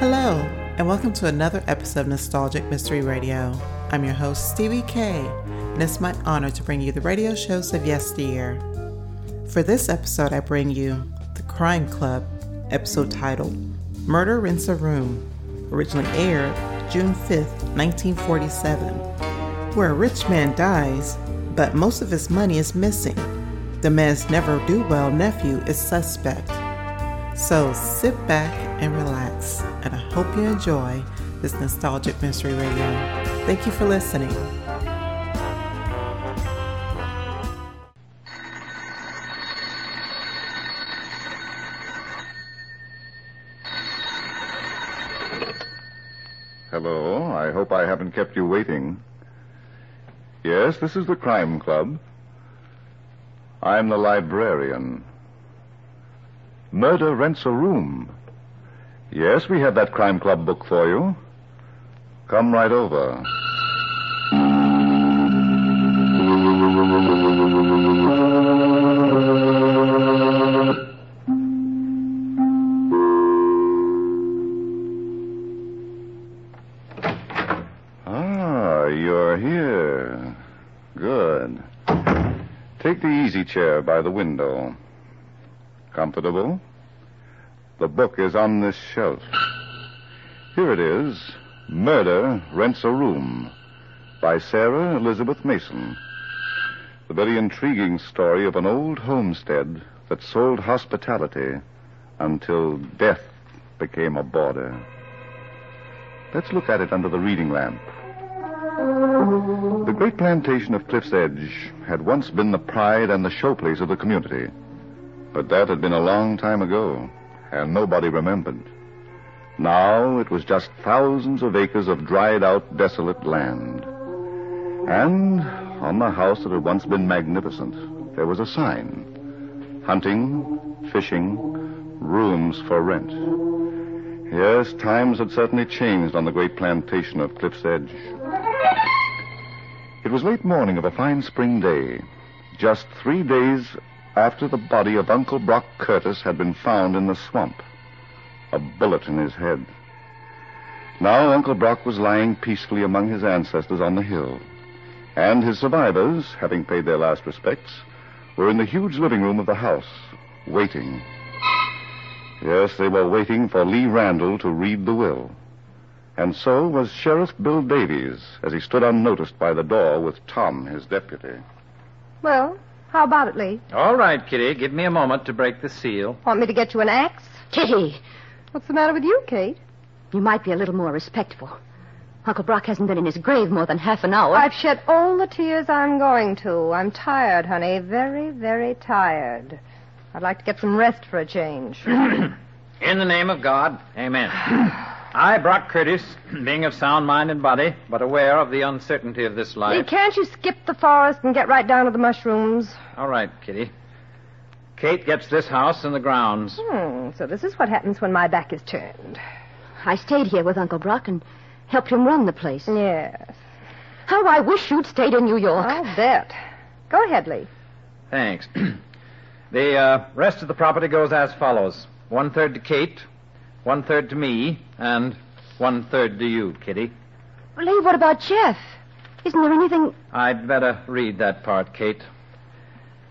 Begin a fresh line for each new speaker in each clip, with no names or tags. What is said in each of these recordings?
Hello, and welcome to another episode of Nostalgic Mystery Radio. I'm your host, Stevie K, and it's my honor to bring you the radio shows of yesteryear. For this episode, I bring you The Crime Club, episode titled Murder Rents a Room, originally aired June 5th, 1947, where a rich man dies, but most of his money is missing. The man's never do well nephew is suspect. So sit back and relax, and I hope you enjoy this nostalgic mystery radio. Thank you for listening.
Hello. I hope I haven't kept you waiting. Yes, this is the Crime Club. I'm the librarian. Murder rents a room. Yes, we have that Crime Club book for you. Come right over. Ah, you're here. Good. Take the easy chair by the window. Comfortable? The book is on this shelf. Here it is Murder Rents a Room by Sarah Elizabeth Mason. The very intriguing story of an old homestead that sold hospitality until death became a border. Let's look at it under the reading lamp. The great plantation of Cliff's Edge had once been the pride and the showplace of the community. But that had been a long time ago, and nobody remembered. Now it was just thousands of acres of dried out, desolate land. And on the house that had once been magnificent, there was a sign hunting, fishing, rooms for rent. Yes, times had certainly changed on the great plantation of Cliff's Edge. It was late morning of a fine spring day, just three days after the body of Uncle Brock Curtis had been found in the swamp, a bullet in his head. Now Uncle Brock was lying peacefully among his ancestors on the hill, and his survivors, having paid their last respects, were in the huge living room of the house, waiting. Yes, they were waiting for Lee Randall to read the will. And so was Sheriff Bill Davies as he stood unnoticed by the door with Tom, his deputy.
Well, how about it, Lee?
All right, Kitty, give me a moment to break the seal.
Want me to get you an axe?
Kitty,
What's the matter with you, Kate?
you might be a little more respectful. Uncle Brock hasn't been in his grave more than half an hour.
I've shed all the tears I'm going to. I'm tired, honey. Very, very tired. I'd like to get some rest for a change.
In the name of God, amen. I, Brock Curtis, being of sound mind and body, but aware of the uncertainty of this
Lee,
life.
can't you skip the forest and get right down to the mushrooms?
All right, Kitty. Kate gets this house and the grounds.
Hmm, so this is what happens when my back is turned.
I stayed here with Uncle Brock and helped him run the place.
Yes.
How I wish you'd stayed in New York.
I'll bet. Go ahead, Lee.
Thanks. the uh, rest of the property goes as follows one third to Kate, one third to me, and one third to you, Kitty.
Lee, what about Jeff? Isn't there anything...
I'd better read that part, Kate.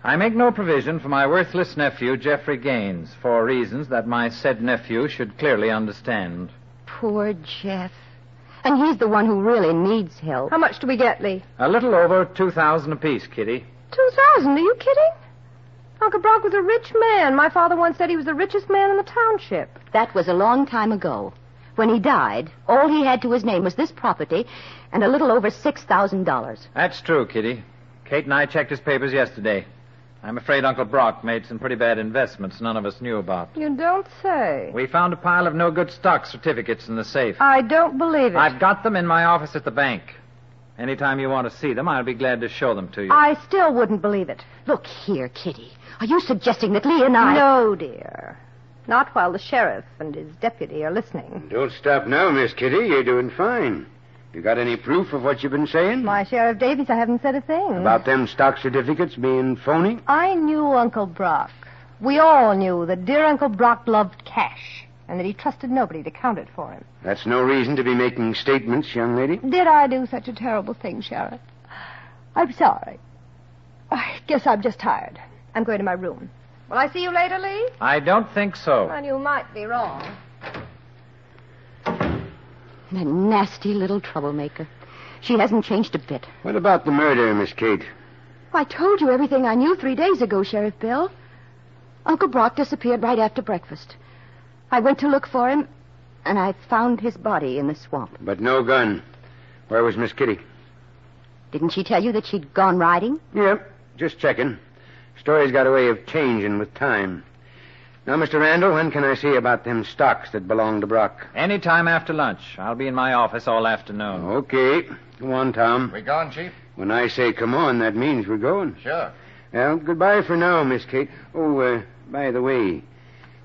I make no provision for my worthless nephew, Geoffrey Gaines, for reasons that my said nephew should clearly understand.
Poor Jeff. And he's the one who really needs help.
How much do we get, Lee?
A little over two thousand apiece, Kitty.
Two thousand. Are you kidding? Uncle Brock was a rich man. My father once said he was the richest man in the township.
That was a long time ago. When he died, all he had to his name was this property and a little over $6,000.
That's true, Kitty. Kate and I checked his papers yesterday. I'm afraid Uncle Brock made some pretty bad investments none of us knew about.
You don't say.
We found a pile of no good stock certificates in the safe.
I don't believe it.
I've got them in my office at the bank. Anytime you want to see them, I'll be glad to show them to you.
I still wouldn't believe it.
Look here, Kitty. Are you suggesting that Lee and I...
No, dear. Not while the sheriff and his deputy are listening.
Don't stop now, Miss Kitty. You're doing fine. You got any proof of what you've been saying?
Why, Sheriff Davies, I haven't said a thing.
About them stock certificates being phony?
I knew Uncle Brock. We all knew that dear Uncle Brock loved cash. and that he trusted nobody to count it for him.
That's no reason to be making statements, young lady.
Did I do such a terrible thing, Sheriff? I'm sorry. I guess I'm just tired. I'm going to my room. Will I see you later, Lee?
I don't think so.
Well, you might be wrong.
That nasty little troublemaker. She hasn't changed a bit.
What about the murder, Miss Kate?
I told you everything I knew three days ago, Sheriff Bill. Uncle Brock disappeared right after breakfast. I went to look for him, and I found his body in the swamp.
But no gun. Where was Miss Kitty?
Didn't she tell you that she'd gone riding?
Yep, just checking. Story's got a way of changing with time. Now, Mr. Randall, when can I see about them stocks that belong to Brock?
Any time after lunch. I'll be in my office all afternoon.
Okay. Come on, Tom.
We gone, Chief?
When I say come on, that means we're going.
Sure.
Well, goodbye for now, Miss Kate. Oh, uh, by the way,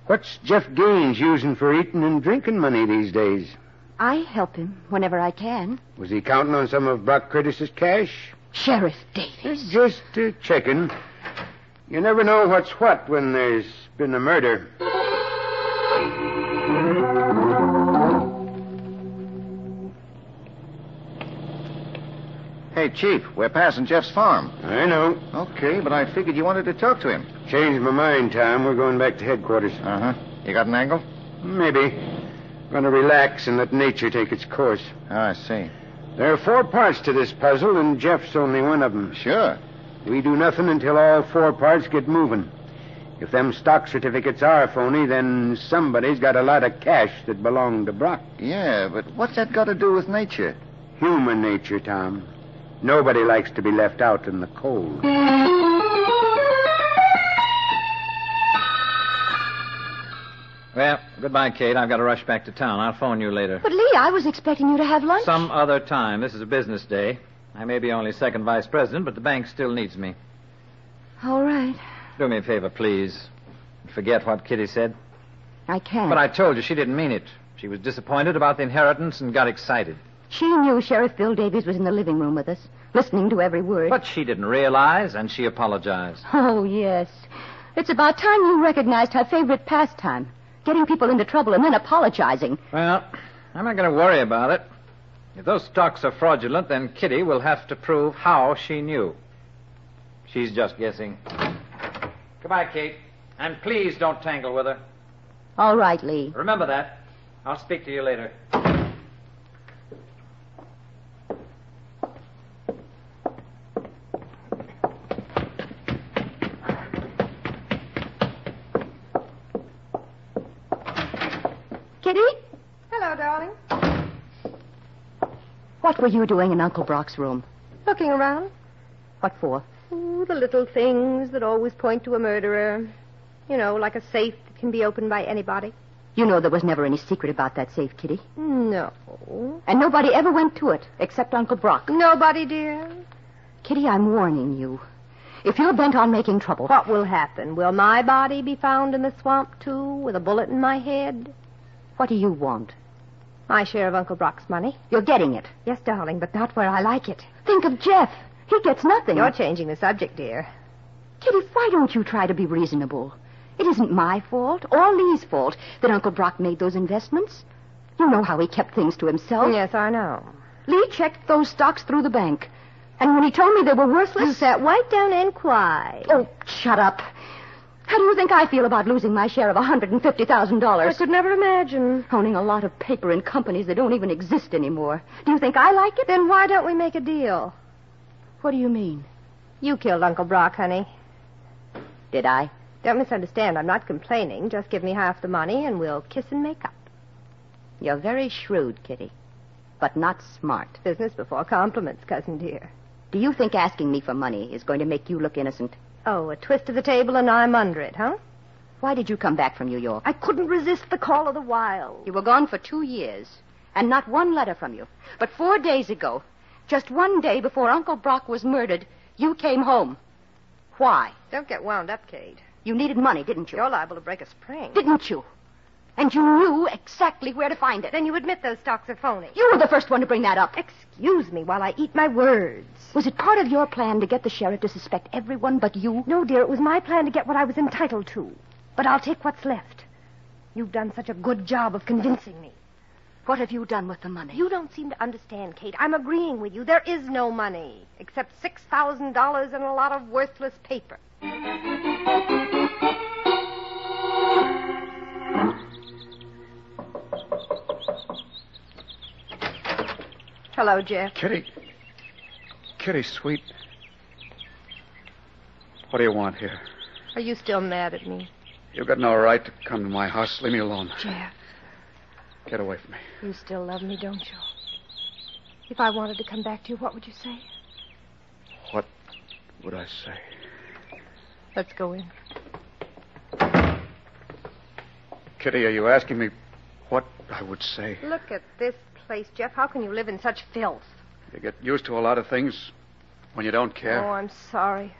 what's Jeff Gaines using for eating and drinking money these days?
I help him whenever I can.
Was he counting on some of Brock Curtis's cash?
Sheriff Davis.
It's just uh, checking. You never know what's what when there's been a murder.
Hey, Chief, we're passing Jeff's farm.
I know.
Okay, but I figured you wanted to talk to him.
Changed my mind, Tom. We're going back to headquarters.
Uh huh. You got an angle?
Maybe. Gonna relax and let nature take its course.
I see.
There are four parts to this puzzle, and Jeff's only one of them.
Sure.
We do nothing until all four parts get moving. If them stock certificates are phony, then somebody's got a lot of cash that belonged to Brock.
Yeah, but what's that got to do with nature?
Human nature, Tom. Nobody likes to be left out in the cold.
Well, goodbye, Kate. I've got to rush back to town. I'll phone you later.
But, Lee, I was expecting you to have lunch.
Some other time. This is a business day. I may be only second vice president, but the bank still needs me.
All right.
Do me a favor, please. Forget what Kitty said.
I can't.
But I told you she didn't mean it. She was disappointed about the inheritance and got excited.
She knew Sheriff Bill Davies was in the living room with us, listening to every word.
But she didn't realize, and she apologized.
Oh, yes. It's about time you recognized her favorite pastime getting people into trouble and then apologizing.
Well, I'm not going to worry about it. If those stocks are fraudulent, then Kitty will have to prove how she knew. She's just guessing. Goodbye, Kate. And please don't tangle with her.
All right, Lee.
Remember that. I'll speak to you later.
Kitty,
Hello, darling.
what were you doing in Uncle Brock's room?
Looking around.
What for?
Ooh, the little things that always point to a murderer. You know, like a safe that can be opened by anybody.
You know there was never any secret about that safe, Kitty.
No.
And nobody ever went to it except Uncle Brock.
Nobody, dear.
Kitty, I'm warning you. If you're bent on making trouble,
What will happen? Will my body be found in the swamp, too, with a bullet in my head?
what do you want?
My share of Uncle Brock's money.
You're getting it.
Yes, darling, but not where I like it.
Think of Jeff. He gets nothing.
You're changing the subject, dear.
Kitty, why don't you try to be reasonable? It isn't my fault or Lee's fault that Uncle Brock made those investments. You know how he kept things to himself.
Yes, I know.
Lee checked those stocks through the bank. And when he told me they were
You
worthless.
sat right down and quiet.
Oh, shut up. How do you think I feel about losing my share of
I
$150,000?
could never imagine.
Owning a lot of paper in companies that don't even exist anymore. Do you think I like it?
Then why don't we make a deal?
What do you mean?
You killed Uncle Brock, honey.
Did I?
Don't misunderstand. I'm not complaining. Just give me half the money and we'll kiss and make up.
You're very shrewd, Kitty. But not smart.
Business before compliments, cousin dear.
Do you think asking me for money is going to make you look innocent?
Oh, a twist of the table and I'm under it, huh?
Why did you come back from New York?
I couldn't resist the call of the wild.
You were gone for two years, and not one letter from you. But four days ago, just one day before Uncle Brock was murdered, you came home. Why?
Don't get wound up, Kate.
You needed money, didn't you?
You're liable to break a spring.
Didn't you? And you knew exactly where to find it.
Then you admit those stocks are phony.
You were the first one to bring that up.
Excuse me while I eat my words.
Was it part of your plan to get the sheriff to suspect everyone but you?
No, dear, it was my plan to get what I was entitled to. But I'll take what's left. You've done such a good job of convincing me.
What have you done with the money?
You don't seem to understand, Kate. I'm agreeing with you. There is no money except $6,000 and a lot of worthless paper. Hello, Jeff.
Kitty. Kitty, sweet. What do you want here?
Are you still mad at me?
You've got no right to come to my house. Leave me alone.
Jeff,
Get away from me.
you still love me, don't you? If I wanted to come back to you, what would you say?
What would I say?
Let's go in.
Kitty, are you asking me what I would say?
Look at this place, Jeff. How can you live in such filth?
You get used to a lot of things when you don't care.
Oh, I'm sorry.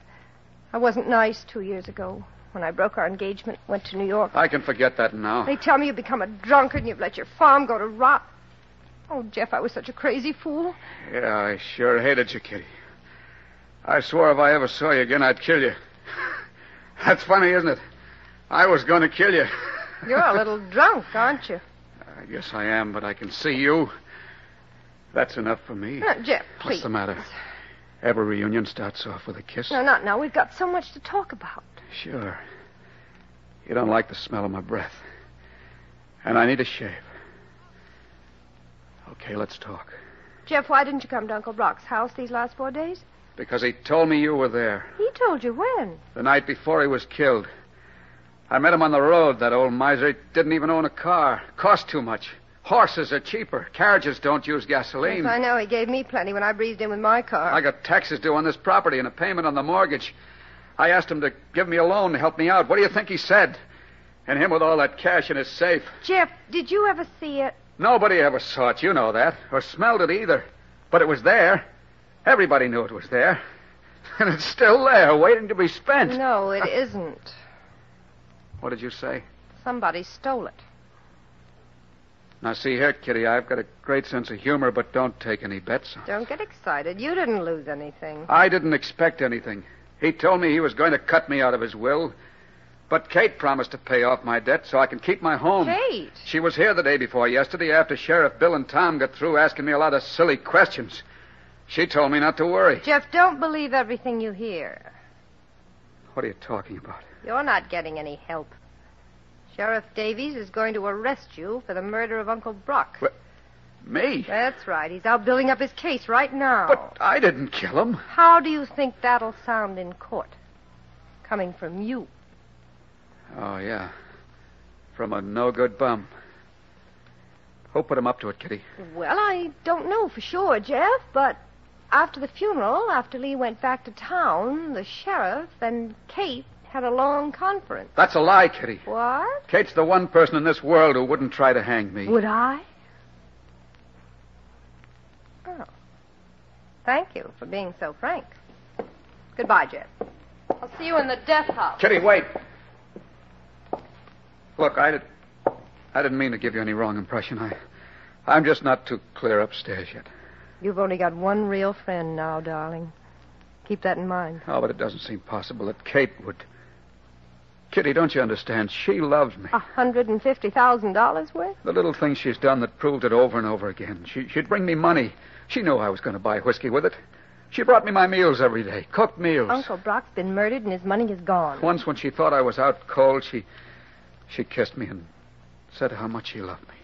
I wasn't nice two years ago when I broke our engagement, went to New York.
I can forget that now.
They tell me you've become a drunkard and you've let your farm go to rot. Oh, Jeff, I was such a crazy fool.
Yeah, I sure hated you, Kitty. I swore if I ever saw you again, I'd kill you. That's funny, isn't it? I was going to kill you.
You're a little drunk, aren't you?
I guess I am, but I can see you. That's enough for me.
Now, Jeff, please.
What's the matter? Every reunion starts off with a kiss.
No, not now. We've got so much to talk about.
Sure. You don't like the smell of my breath. And I need a shave. Okay, let's talk.
Jeff, why didn't you come to Uncle Brock's house these last four days?
Because he told me you were there.
He told you when.
The night before he was killed. I met him on the road, that old miser. He didn't even own a car. Cost too much. Horses are cheaper. Carriages don't use gasoline.
Yes, I know. He gave me plenty when I breezed in with my car.
I got taxes due on this property and a payment on the mortgage. I asked him to give me a loan to help me out. What do you think he said? And him with all that cash in his safe.
Jeff, did you ever see it?
Nobody ever saw it, you know that, or smelled it either. But it was there. Everybody knew it was there. And it's still there, waiting to be spent.
No, it isn't.
What did you say?
Somebody stole it.
Now, see here, Kitty, I've got a great sense of humor, but don't take any bets on it.
Don't get excited. You didn't lose anything.
I didn't expect anything. He told me he was going to cut me out of his will. But Kate promised to pay off my debt so I can keep my home.
Kate.
She was here the day before yesterday after Sheriff Bill and Tom got through asking me a lot of silly questions. She told me not to worry.
Jeff, don't believe everything you hear.
What are you talking about?
You're not getting any help. Sheriff Davies is going to arrest you for the murder of Uncle Brock.
What? Me?
That's right. He's out building up his case right now.
But I didn't kill him.
How do you think that'll sound in court? Coming from you.
Oh, yeah. From a no good bum. Who put him up to it, Kitty?
Well, I don't know for sure, Jeff, but after the funeral, after Lee went back to town, the sheriff and Kate had a long conference.
That's a lie, Kitty.
What?
Kate's the one person in this world who wouldn't try to hang me.
Would I? Oh. Thank you for being so frank. Goodbye, Jeff. I'll see you in the death house.
Kitty, wait. Look, I did. I didn't mean to give you any wrong impression. I, I'm just not too clear upstairs yet.
You've only got one real friend now, darling. Keep that in mind.
Oh, but it doesn't seem possible that Kate would. Kitty, don't you understand? She loves me.
A hundred and fifty thousand dollars worth?
The little things she's done that proved it over and over again. She, she'd bring me money. She knew I was going to buy whiskey with it. She brought me my meals every day, cooked meals.
Uncle Brock's been murdered and his money is gone.
Once, when she thought I was out cold, she she kissed me and said how much she loved me.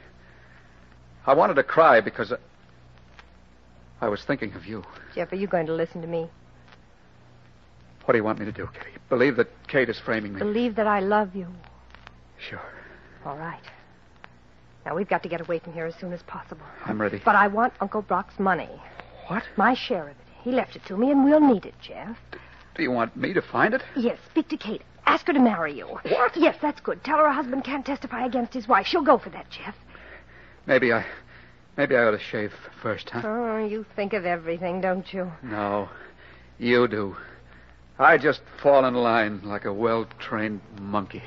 I wanted to cry because I, I was thinking of you.
Jeff, are you going to listen to me?
What do you want me to do, Kitty? Believe that Kate is framing me?
Believe that I love you.
Sure.
All right. Now we've got to get away from here as soon as possible.
I'm ready.
But I want Uncle Brock's money.
What?
My share of it. He left it to me, and we'll need it, Jeff.
Do you want me to find it?
Yes, speak to Kate. Ask her to marry you. What? Yes, that's good. Tell her her husband can't testify against his wife. She'll go for that, Jeff.
Maybe I. Maybe I ought to shave first, huh?
Oh, you think of everything, don't you?
No. You do. I just fall in line like a well trained monkey.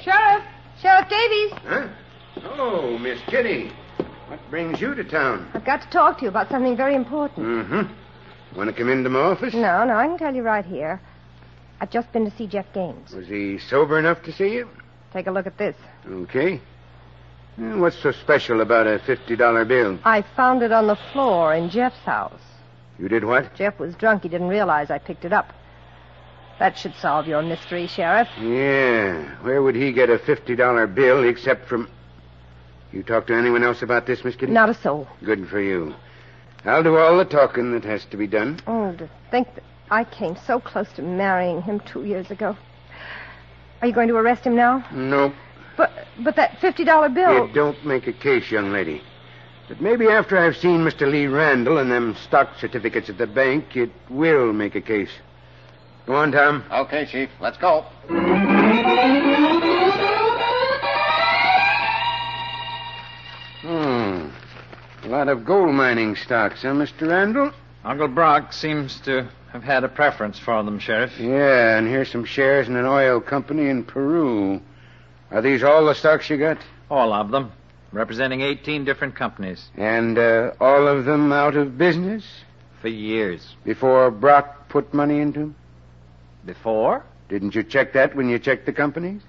Sheriff! Sheriff Davies!
Huh? Oh, Miss Kitty. What brings
brings you to town?
I've got to talk to you about something very important.
Mm-hmm. Want to come into my office?
No, no, I can tell you right here. I've just been to see Jeff Gaines.
Was he sober enough to see you?
Take a look at this.
Okay. Hmm, What's so special about a $50 bill?
I found it on the floor in Jeff's house.
You did what?
Jeff was drunk. He didn't realize I picked it up. That should solve your mystery, Sheriff.
Yeah. Where would he get a $50 bill except from. You talk to anyone else about this, Miss Kitty?
Not a soul.
Good for you. I'll do all the talking that has to be done.
Oh, to think that I came so close to marrying him two years ago. Are you going to arrest him now?
Nope.
But but that fifty dollar bill.
You don't make a case, young lady. But maybe after I've seen Mr. Lee Randall and them stock certificates at the bank, it will make a case. Go on, Tom.
Okay, Chief, let's go.
Hmm. A lot of gold mining stocks, huh, Mr. Randall?
Uncle Brock seems to have had a preference for them, Sheriff.
Yeah, and here's some shares in an oil company in Peru. Are these all the stocks you got?
All of them, representing 18 different companies
And uh, all of them out of business
for years.
before Brock put money into 'em?
Before?
Didn't you check that when you checked the companies?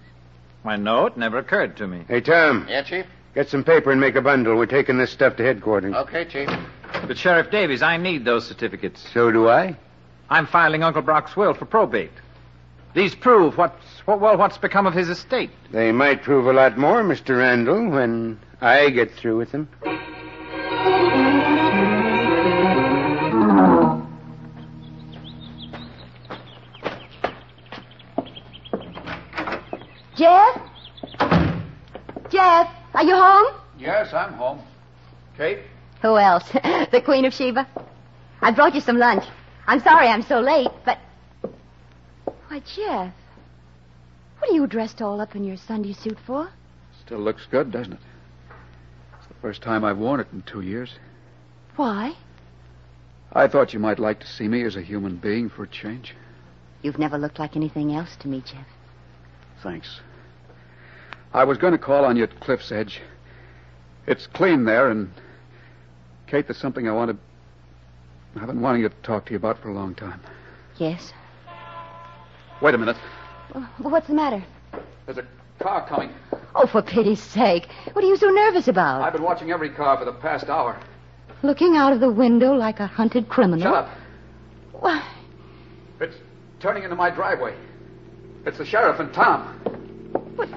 Why, no, it never occurred to me.
Hey, Tom,
Yeah, Chief?
get some paper and make a bundle. We're taking this stuff to headquarters.
Okay, Chief.
But, Sheriff Davies, I need those certificates.
So do I.
I'm filing Uncle Brock's will for probate. These prove what's, what, well, what's become of his estate.
They might prove a lot more, Mr. Randall, when I get through with them.
Jeff? Jeff, are you home?
Yes, I'm home. Kate?
Who else? the Queen of Sheba? I brought you some lunch. I'm sorry I'm so late, but. Why, Jeff, what are you dressed all up in your Sunday suit for?
Still looks good, doesn't it? It's the first time I've worn it in two years.
Why?
I thought you might like to see me as a human being for a change.
You've never looked like anything else to me, Jeff.
Thanks. I was going to call on you at Cliff's Edge. It's clean there, and Kate, there's something I wanted. I've been wanting to talk to you about for a long time.
Yes.
Wait a minute.
Well, what's the matter?
There's a car coming.
Oh, for pity's sake. What are you so nervous about?
I've been watching every car for the past hour.
Looking out of the window like a hunted criminal.
Shut up.
Why?
It's turning into my driveway. It's the sheriff and Tom.
What?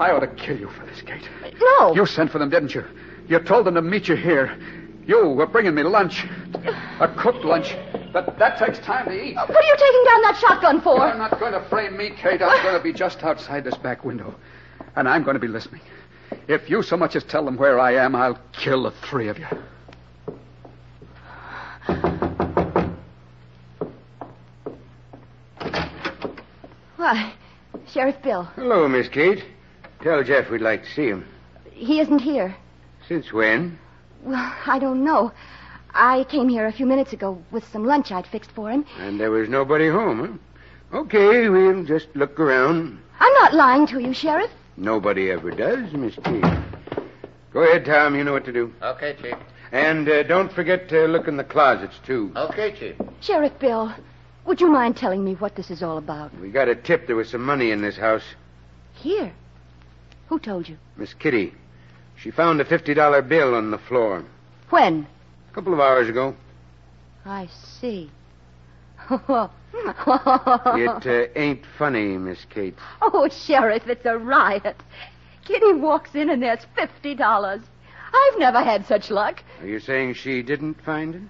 I ought to kill you for this, Kate.
No.
You sent for them, didn't you? You told them to meet you here. You were bringing me lunch, a cooked lunch. That that takes time to eat.
What are you taking down that shotgun
I'm
for?
not going to frame me, Kate. I'm going to be just outside this back window, and I'm going to be listening. If you so much as tell them where I am, I'll kill the three of you.
Why? Sheriff Bill,
Hello, Miss Kate. Tell Jeff we'd like to see him.
he isn't here.
Since when?
Well, I don't know. I came here a few minutes ago with some lunch I'd fixed for him.
And there was nobody home, huh? Okay, we'll just look around.
I'm not lying to you, Sheriff.
Nobody ever does, Miss Kate. Go ahead, Tom. You know what to do.
Okay, Chief.
And uh, don't forget to look in the closets, too.
Okay, Chief.
Sheriff Bill, would you mind telling me what this is all about?
We got a tip there was some money in this house.
Here. Who told you?
Miss Kitty. She found a $50 bill on the floor
When?
a couple of hours ago.
I see.
It uh, ain't funny, Miss Kate.
Oh, Sheriff, it's a riot. Kitty walks in and there's fifty dollars. I've never had such luck.
Are you saying she didn't find it?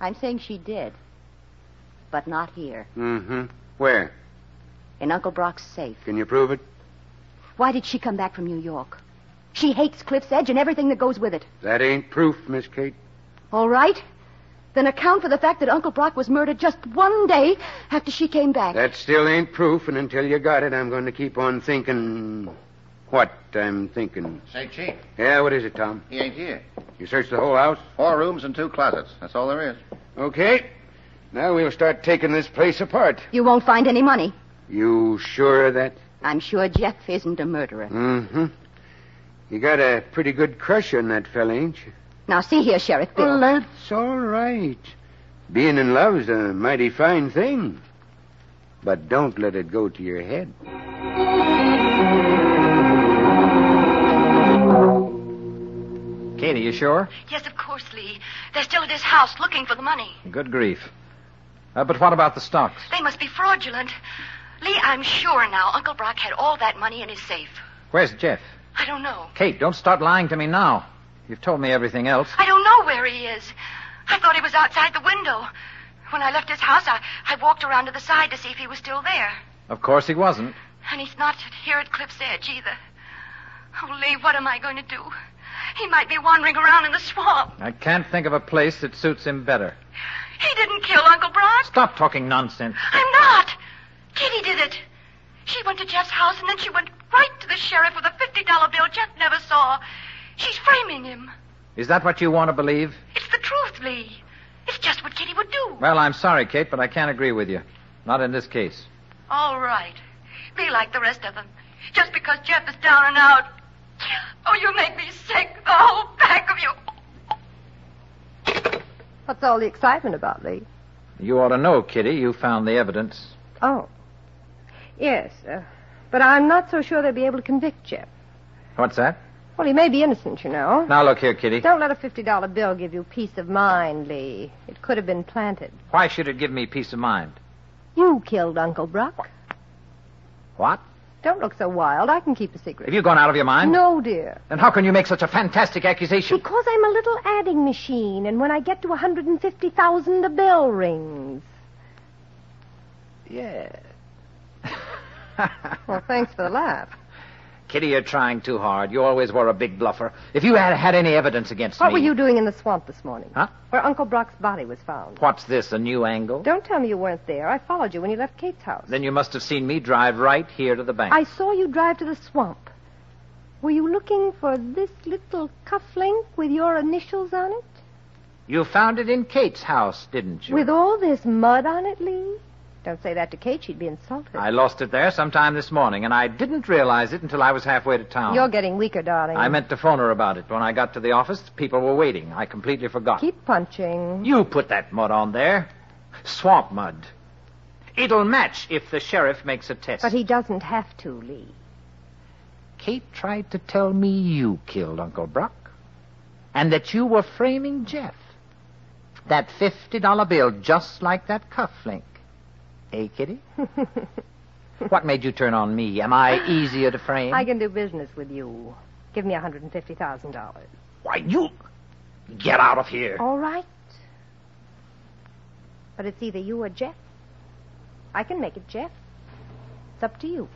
I'm saying she did. But not here.
Mm-hmm. Where?
In Uncle Brock's safe.
Can you prove it?
Why did she come back from New York? She hates Cliff's Edge and everything that goes with it.
That ain't proof, Miss Kate.
All right? Then account for the fact that Uncle Brock was murdered just one day after she came back.
That still ain't proof, and until you got it, I'm going to keep on thinking what I'm thinking.
Say, Chief,
Yeah, what is it, Tom?
he ain't here.
You searched the whole house?
Four rooms and two closets. That's all there is.
Okay. Now we'll start taking this place apart.
You won't find any money.
You sure of that?
I'm sure Jeff isn't a murderer.
Mm-hmm. You got a pretty good crush on that fella, ain't you?
Now, see here, Sheriff Bill.
Well, that's all right. Being in love's a mighty fine thing. But don't let it go to your head.
Katie, you sure?
Oh, Yes, of course, Lee. They're still at his house looking for the money.
Good grief. Uh, but what about the stocks?
They must be fraudulent. Lee, I'm sure now Uncle Brock had all that money in his safe.
Where's Jeff?
I don't know.
Kate, don't start lying to me now. You've told me everything else.
I don't know where he is. I thought he was outside the window. When I left his house, I, I walked around to the side to see if he was still there.
Of course he wasn't.
And he's not here at Cliff's Edge either. Oh, Lee, what am I going to do? He might be wandering around in the swamp.
I can't think of a place that suits him better.
He didn't kill Uncle Brock.
Stop talking nonsense.
I'm not. Kitty did it. She went to Jeff's house and then she went right to the sheriff with a $50 bill Jeff never saw. She's framing him.
Is that what you want to believe?
It's the truth, Lee. It's just what Kitty would do.
Well, I'm sorry, Kate, but I can't agree with you. Not in this case.
All right. Be like the rest of them. Just because Jeff is down and out. Oh, you make me sick. The whole back of you.
What's all the excitement about, Lee?
You ought to know, Kitty. You found the evidence.
Oh. Yes, uh, but I'm not so sure they'll be able to convict Jeff.
What's that?
Well, he may be innocent, you know.
Now look here, Kitty.
Don't let a $50 bill give you peace of mind, Lee. It could have been planted.
Why should it give me peace of mind?
You killed Uncle Brock.
What?
Don't look so wild. I can keep a secret.
Have you gone out of your mind?
No, dear.
Then how can you make such a fantastic accusation?
Because I'm a little adding machine, and when I get to 150,000, the bell rings.
Yeah.
Well, thanks for the laugh.
Kitty, you're trying too hard. You always were a big bluffer. If you had had any evidence against
What
me.
were you doing in the swamp this morning?
Huh?
Where Uncle Brock's body was found.
What's this, a new angle?
Don't tell me you weren't there. I followed you when you left Kate's house.
Then you must have seen me drive right here to the bank.
I saw you drive to the swamp. Were you looking for this little cufflink with your initials on it?
You found it in Kate's house, didn't you?
With all this mud on it, Lee? Don't say that to Kate. She'd be insulted.
I lost it there sometime this morning, and I didn't realize it until I was halfway to town.
You're getting weaker, darling.
I meant to phone her about it. When I got to the office, people were waiting. I completely forgot.
Keep punching.
You put that mud on there. Swamp mud. It'll match if the sheriff makes a test.
But he doesn't have to, Lee.
Kate tried to tell me you killed Uncle Brock and that you were framing Jeff. That $50 bill, just like that cufflink. Eh, Kitty? what made you turn on me? Am I easier to frame?
I can do business with you. Give me $150,000.
Why, you. Get out of here.
All right. But it's either you or Jeff. I can make it, Jeff. It's up to you.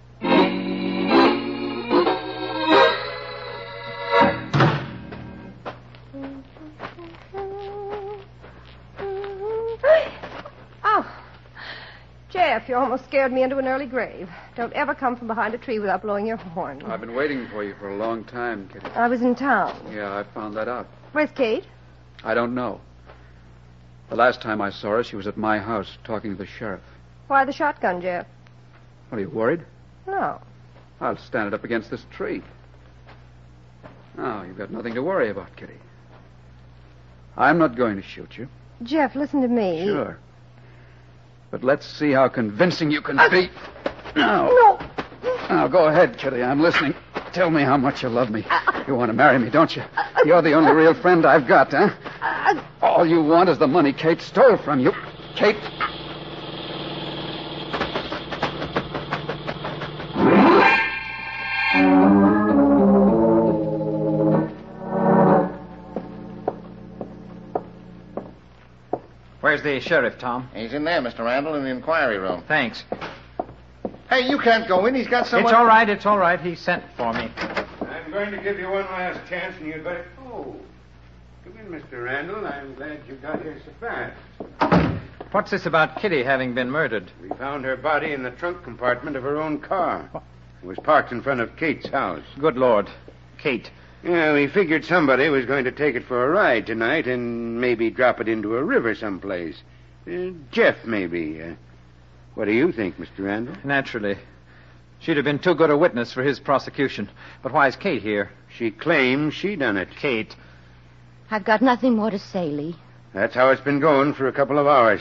Oh, Jeff, you almost scared me into an early grave. Don't ever come from behind a tree without blowing your horn.
I've been waiting for you for a long time, Kitty.
I was in town.
Yeah, I found that out.
Where's Kate?
I don't know. The last time I saw her, she was at my house talking to the sheriff.
Why the shotgun, Jeff?
What, are you worried?
No.
I'll stand it up against this tree. Now, you've got nothing to worry about, Kitty. I'm not going to shoot you.
Jeff, listen to me.
Sure. But let's see how convincing you can be. Now.
No.
Now, go ahead, Kitty. I'm listening. Tell me how much you love me. You want to marry me, don't you? You're the only real friend I've got, huh? All you want is the money Kate stole from you. Kate.
Where's the sheriff, Tom?
He's in there, Mr. Randall, in the inquiry room.
Thanks.
Hey, you can't go in. He's got someone.
It's all right, it's all right. He sent for me.
I'm going to give you one last chance, and you'd better. Oh, come in, Mr. Randall. I'm glad you got here so fast.
What's this about Kitty having been murdered?
We found her body in the trunk compartment of her own car. It was parked in front of Kate's house.
Good Lord. Kate.
Yeah, we figured somebody was going to take it for a ride tonight and maybe drop it into a river someplace. Uh, Jeff, maybe. Uh, what do you think, Mr. Randall?
Naturally. She'd have been too good a witness for his prosecution. But why is Kate here?
She claims she done it.
Kate.
I've got nothing more to say, Lee.
That's how it's been going for a couple of hours.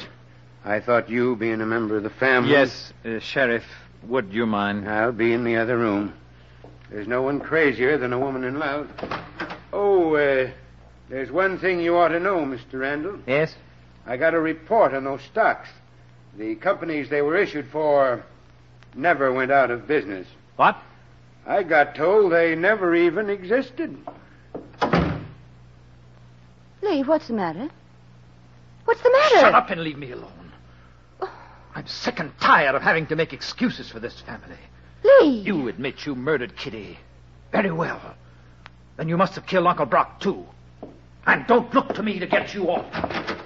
I thought you, being a member of the
Mm-hmm.
family.
Yes, uh, Sheriff, would you mind?
I'll be in the other room. There's no one crazier than a woman in love. Oh, uh, there's one thing you ought to know, Mr. Randall.
Yes?
I got a report on those stocks. The companies they were issued for never went out of business.
What?
I got told they never even existed.
Lee, what's the matter? What's the matter?
Shut up and leave me alone. I'm sick and tired of having to make excuses for this family.
Lee!
You admit you murdered Kitty. Very well. Then you must have killed Uncle Brock, too. And don't look to me to get you off.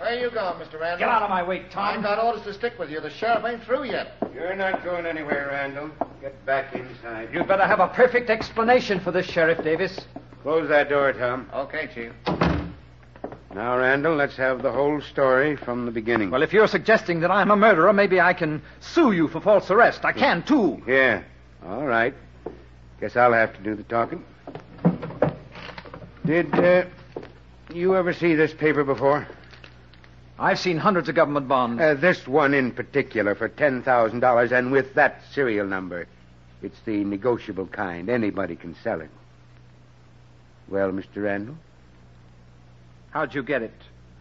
Where you going, Mr. Randall?
Get out of my way,
I've
Tom.
got orders to stick with you. The sheriff ain't through yet.
You're not going anywhere, Randall. Get back inside.
You'd better have a perfect explanation for this, Sheriff Davis.
Close that door, Tom.
Okay, Chief.
Now, Randall, let's have the whole story from the beginning.
Well, if you're suggesting that I'm a murderer, maybe I can sue you for false arrest. I can, too.
Yeah. All right. Guess I'll have to do the talking. Did uh, you ever see this paper before?
I've seen hundreds of government bonds.
Uh, this one in particular for $10,000 and with that serial number. It's the negotiable kind. Anybody can sell it. Well, Mr. Randall,
How'd you get it?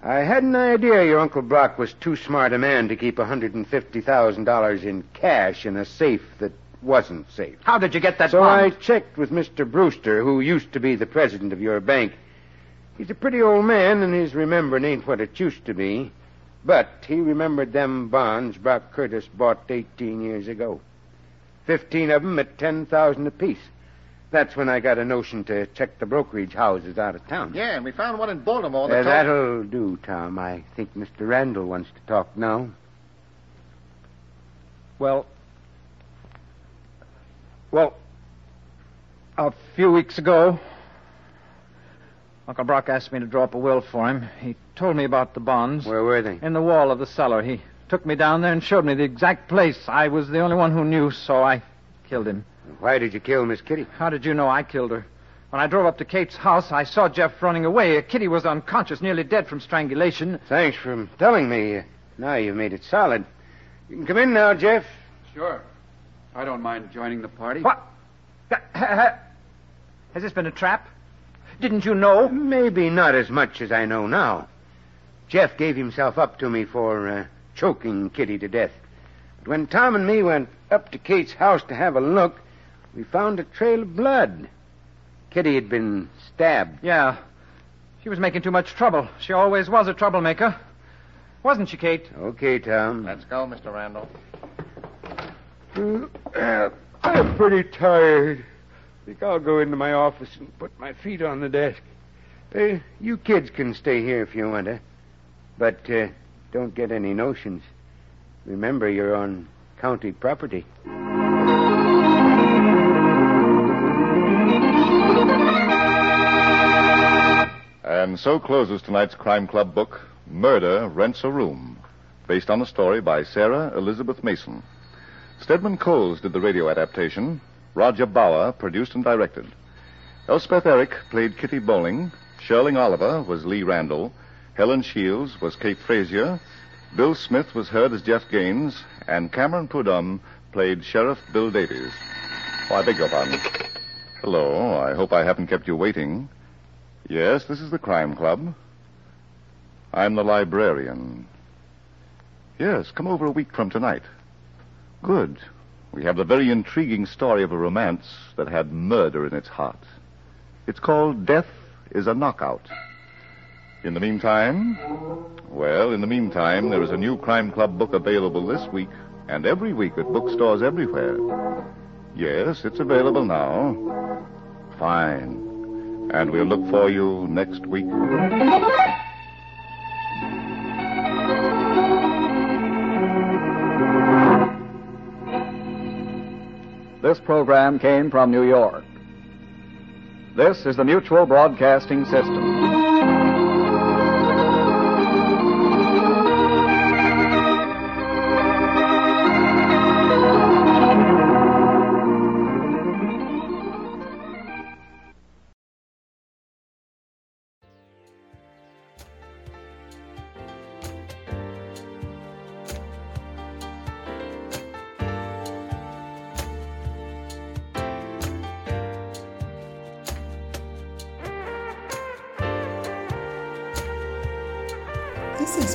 I had an idea your Uncle Brock was too smart a man to keep $150,000 in cash in a safe that wasn't safe.
How did you get that
so I
bond?
checked with Mr. Brewster, who used to be the president of your bank. He's a pretty old man, and his remembering ain't what it used to be. But he remembered them bonds Brock Curtis bought 18 years ago. Fifteen of 'em at 10000 apiece. That's when I got a notion to check the brokerage houses out of town.
Yeah, and we found one in Baltimore.
Uh,
That told-
that'll do, Tom. I think Mr. Randall wants to talk now.
Well. Well. A few weeks ago, Uncle Brock asked me to draw up a will for him. He told me about the bonds.
Where were they?
In the wall of the cellar. He took me down there and showed me the exact place. I was the only one who knew, so I killed him.
Why did you kill Miss Kitty?
How did you know I killed her? When I drove up to Kate's house, I saw Jeff running away. Kitty was unconscious, nearly dead from strangulation.
Thanks for telling me. Now you've made it solid. You can come in now, Jeff.
Sure. I don't mind joining the party.
What? Ha- ha- ha- Has this been a trap? Didn't you know?
Oh, Maybe not as much as I know now. Jeff gave himself up to me for uh, choking Kitty to death. But when Tom and me went up to Kate's house to have a look, we found a trail of blood. Kitty had been stabbed.
Yeah. She was making too much trouble. She always was a troublemaker. Wasn't she, Kate?
Okay, Tom.
Let's go, Mr. Randall.
Uh, I'm pretty tired. Think I'll go into my office and put my feet on the desk. Uh, you kids can stay here if you want to, but uh, don't get any notions. Remember, you're on county property.
And so closes tonight's Crime Club book, Murder Rents a Room, based on a story by Sarah Elizabeth Mason. Stedman Coles did the radio adaptation. Roger Bauer produced and directed. Elspeth Eric played Kitty Bowling. Sherling Oliver was Lee Randall. Helen Shields was Kate Frazier. Bill Smith was heard as Jeff Gaines. And Cameron Prudhomme played Sheriff Bill Davies. Oh, I beg your pardon. Hello. I hope I haven't kept you waiting. Yes, this is the crime club. I'm the librarian. Yes, come over a week from tonight. Good. We have the very intriguing story of a romance that had murder in its heart. It's called Death is a Knockout. In the meantime, well, in the meantime, there is a new crime club book available this week and every week at bookstores everywhere. Yes, it's available now. Fine. And we'll look for you next week.
This program came from New York. This is the Mutual Broadcasting System.
has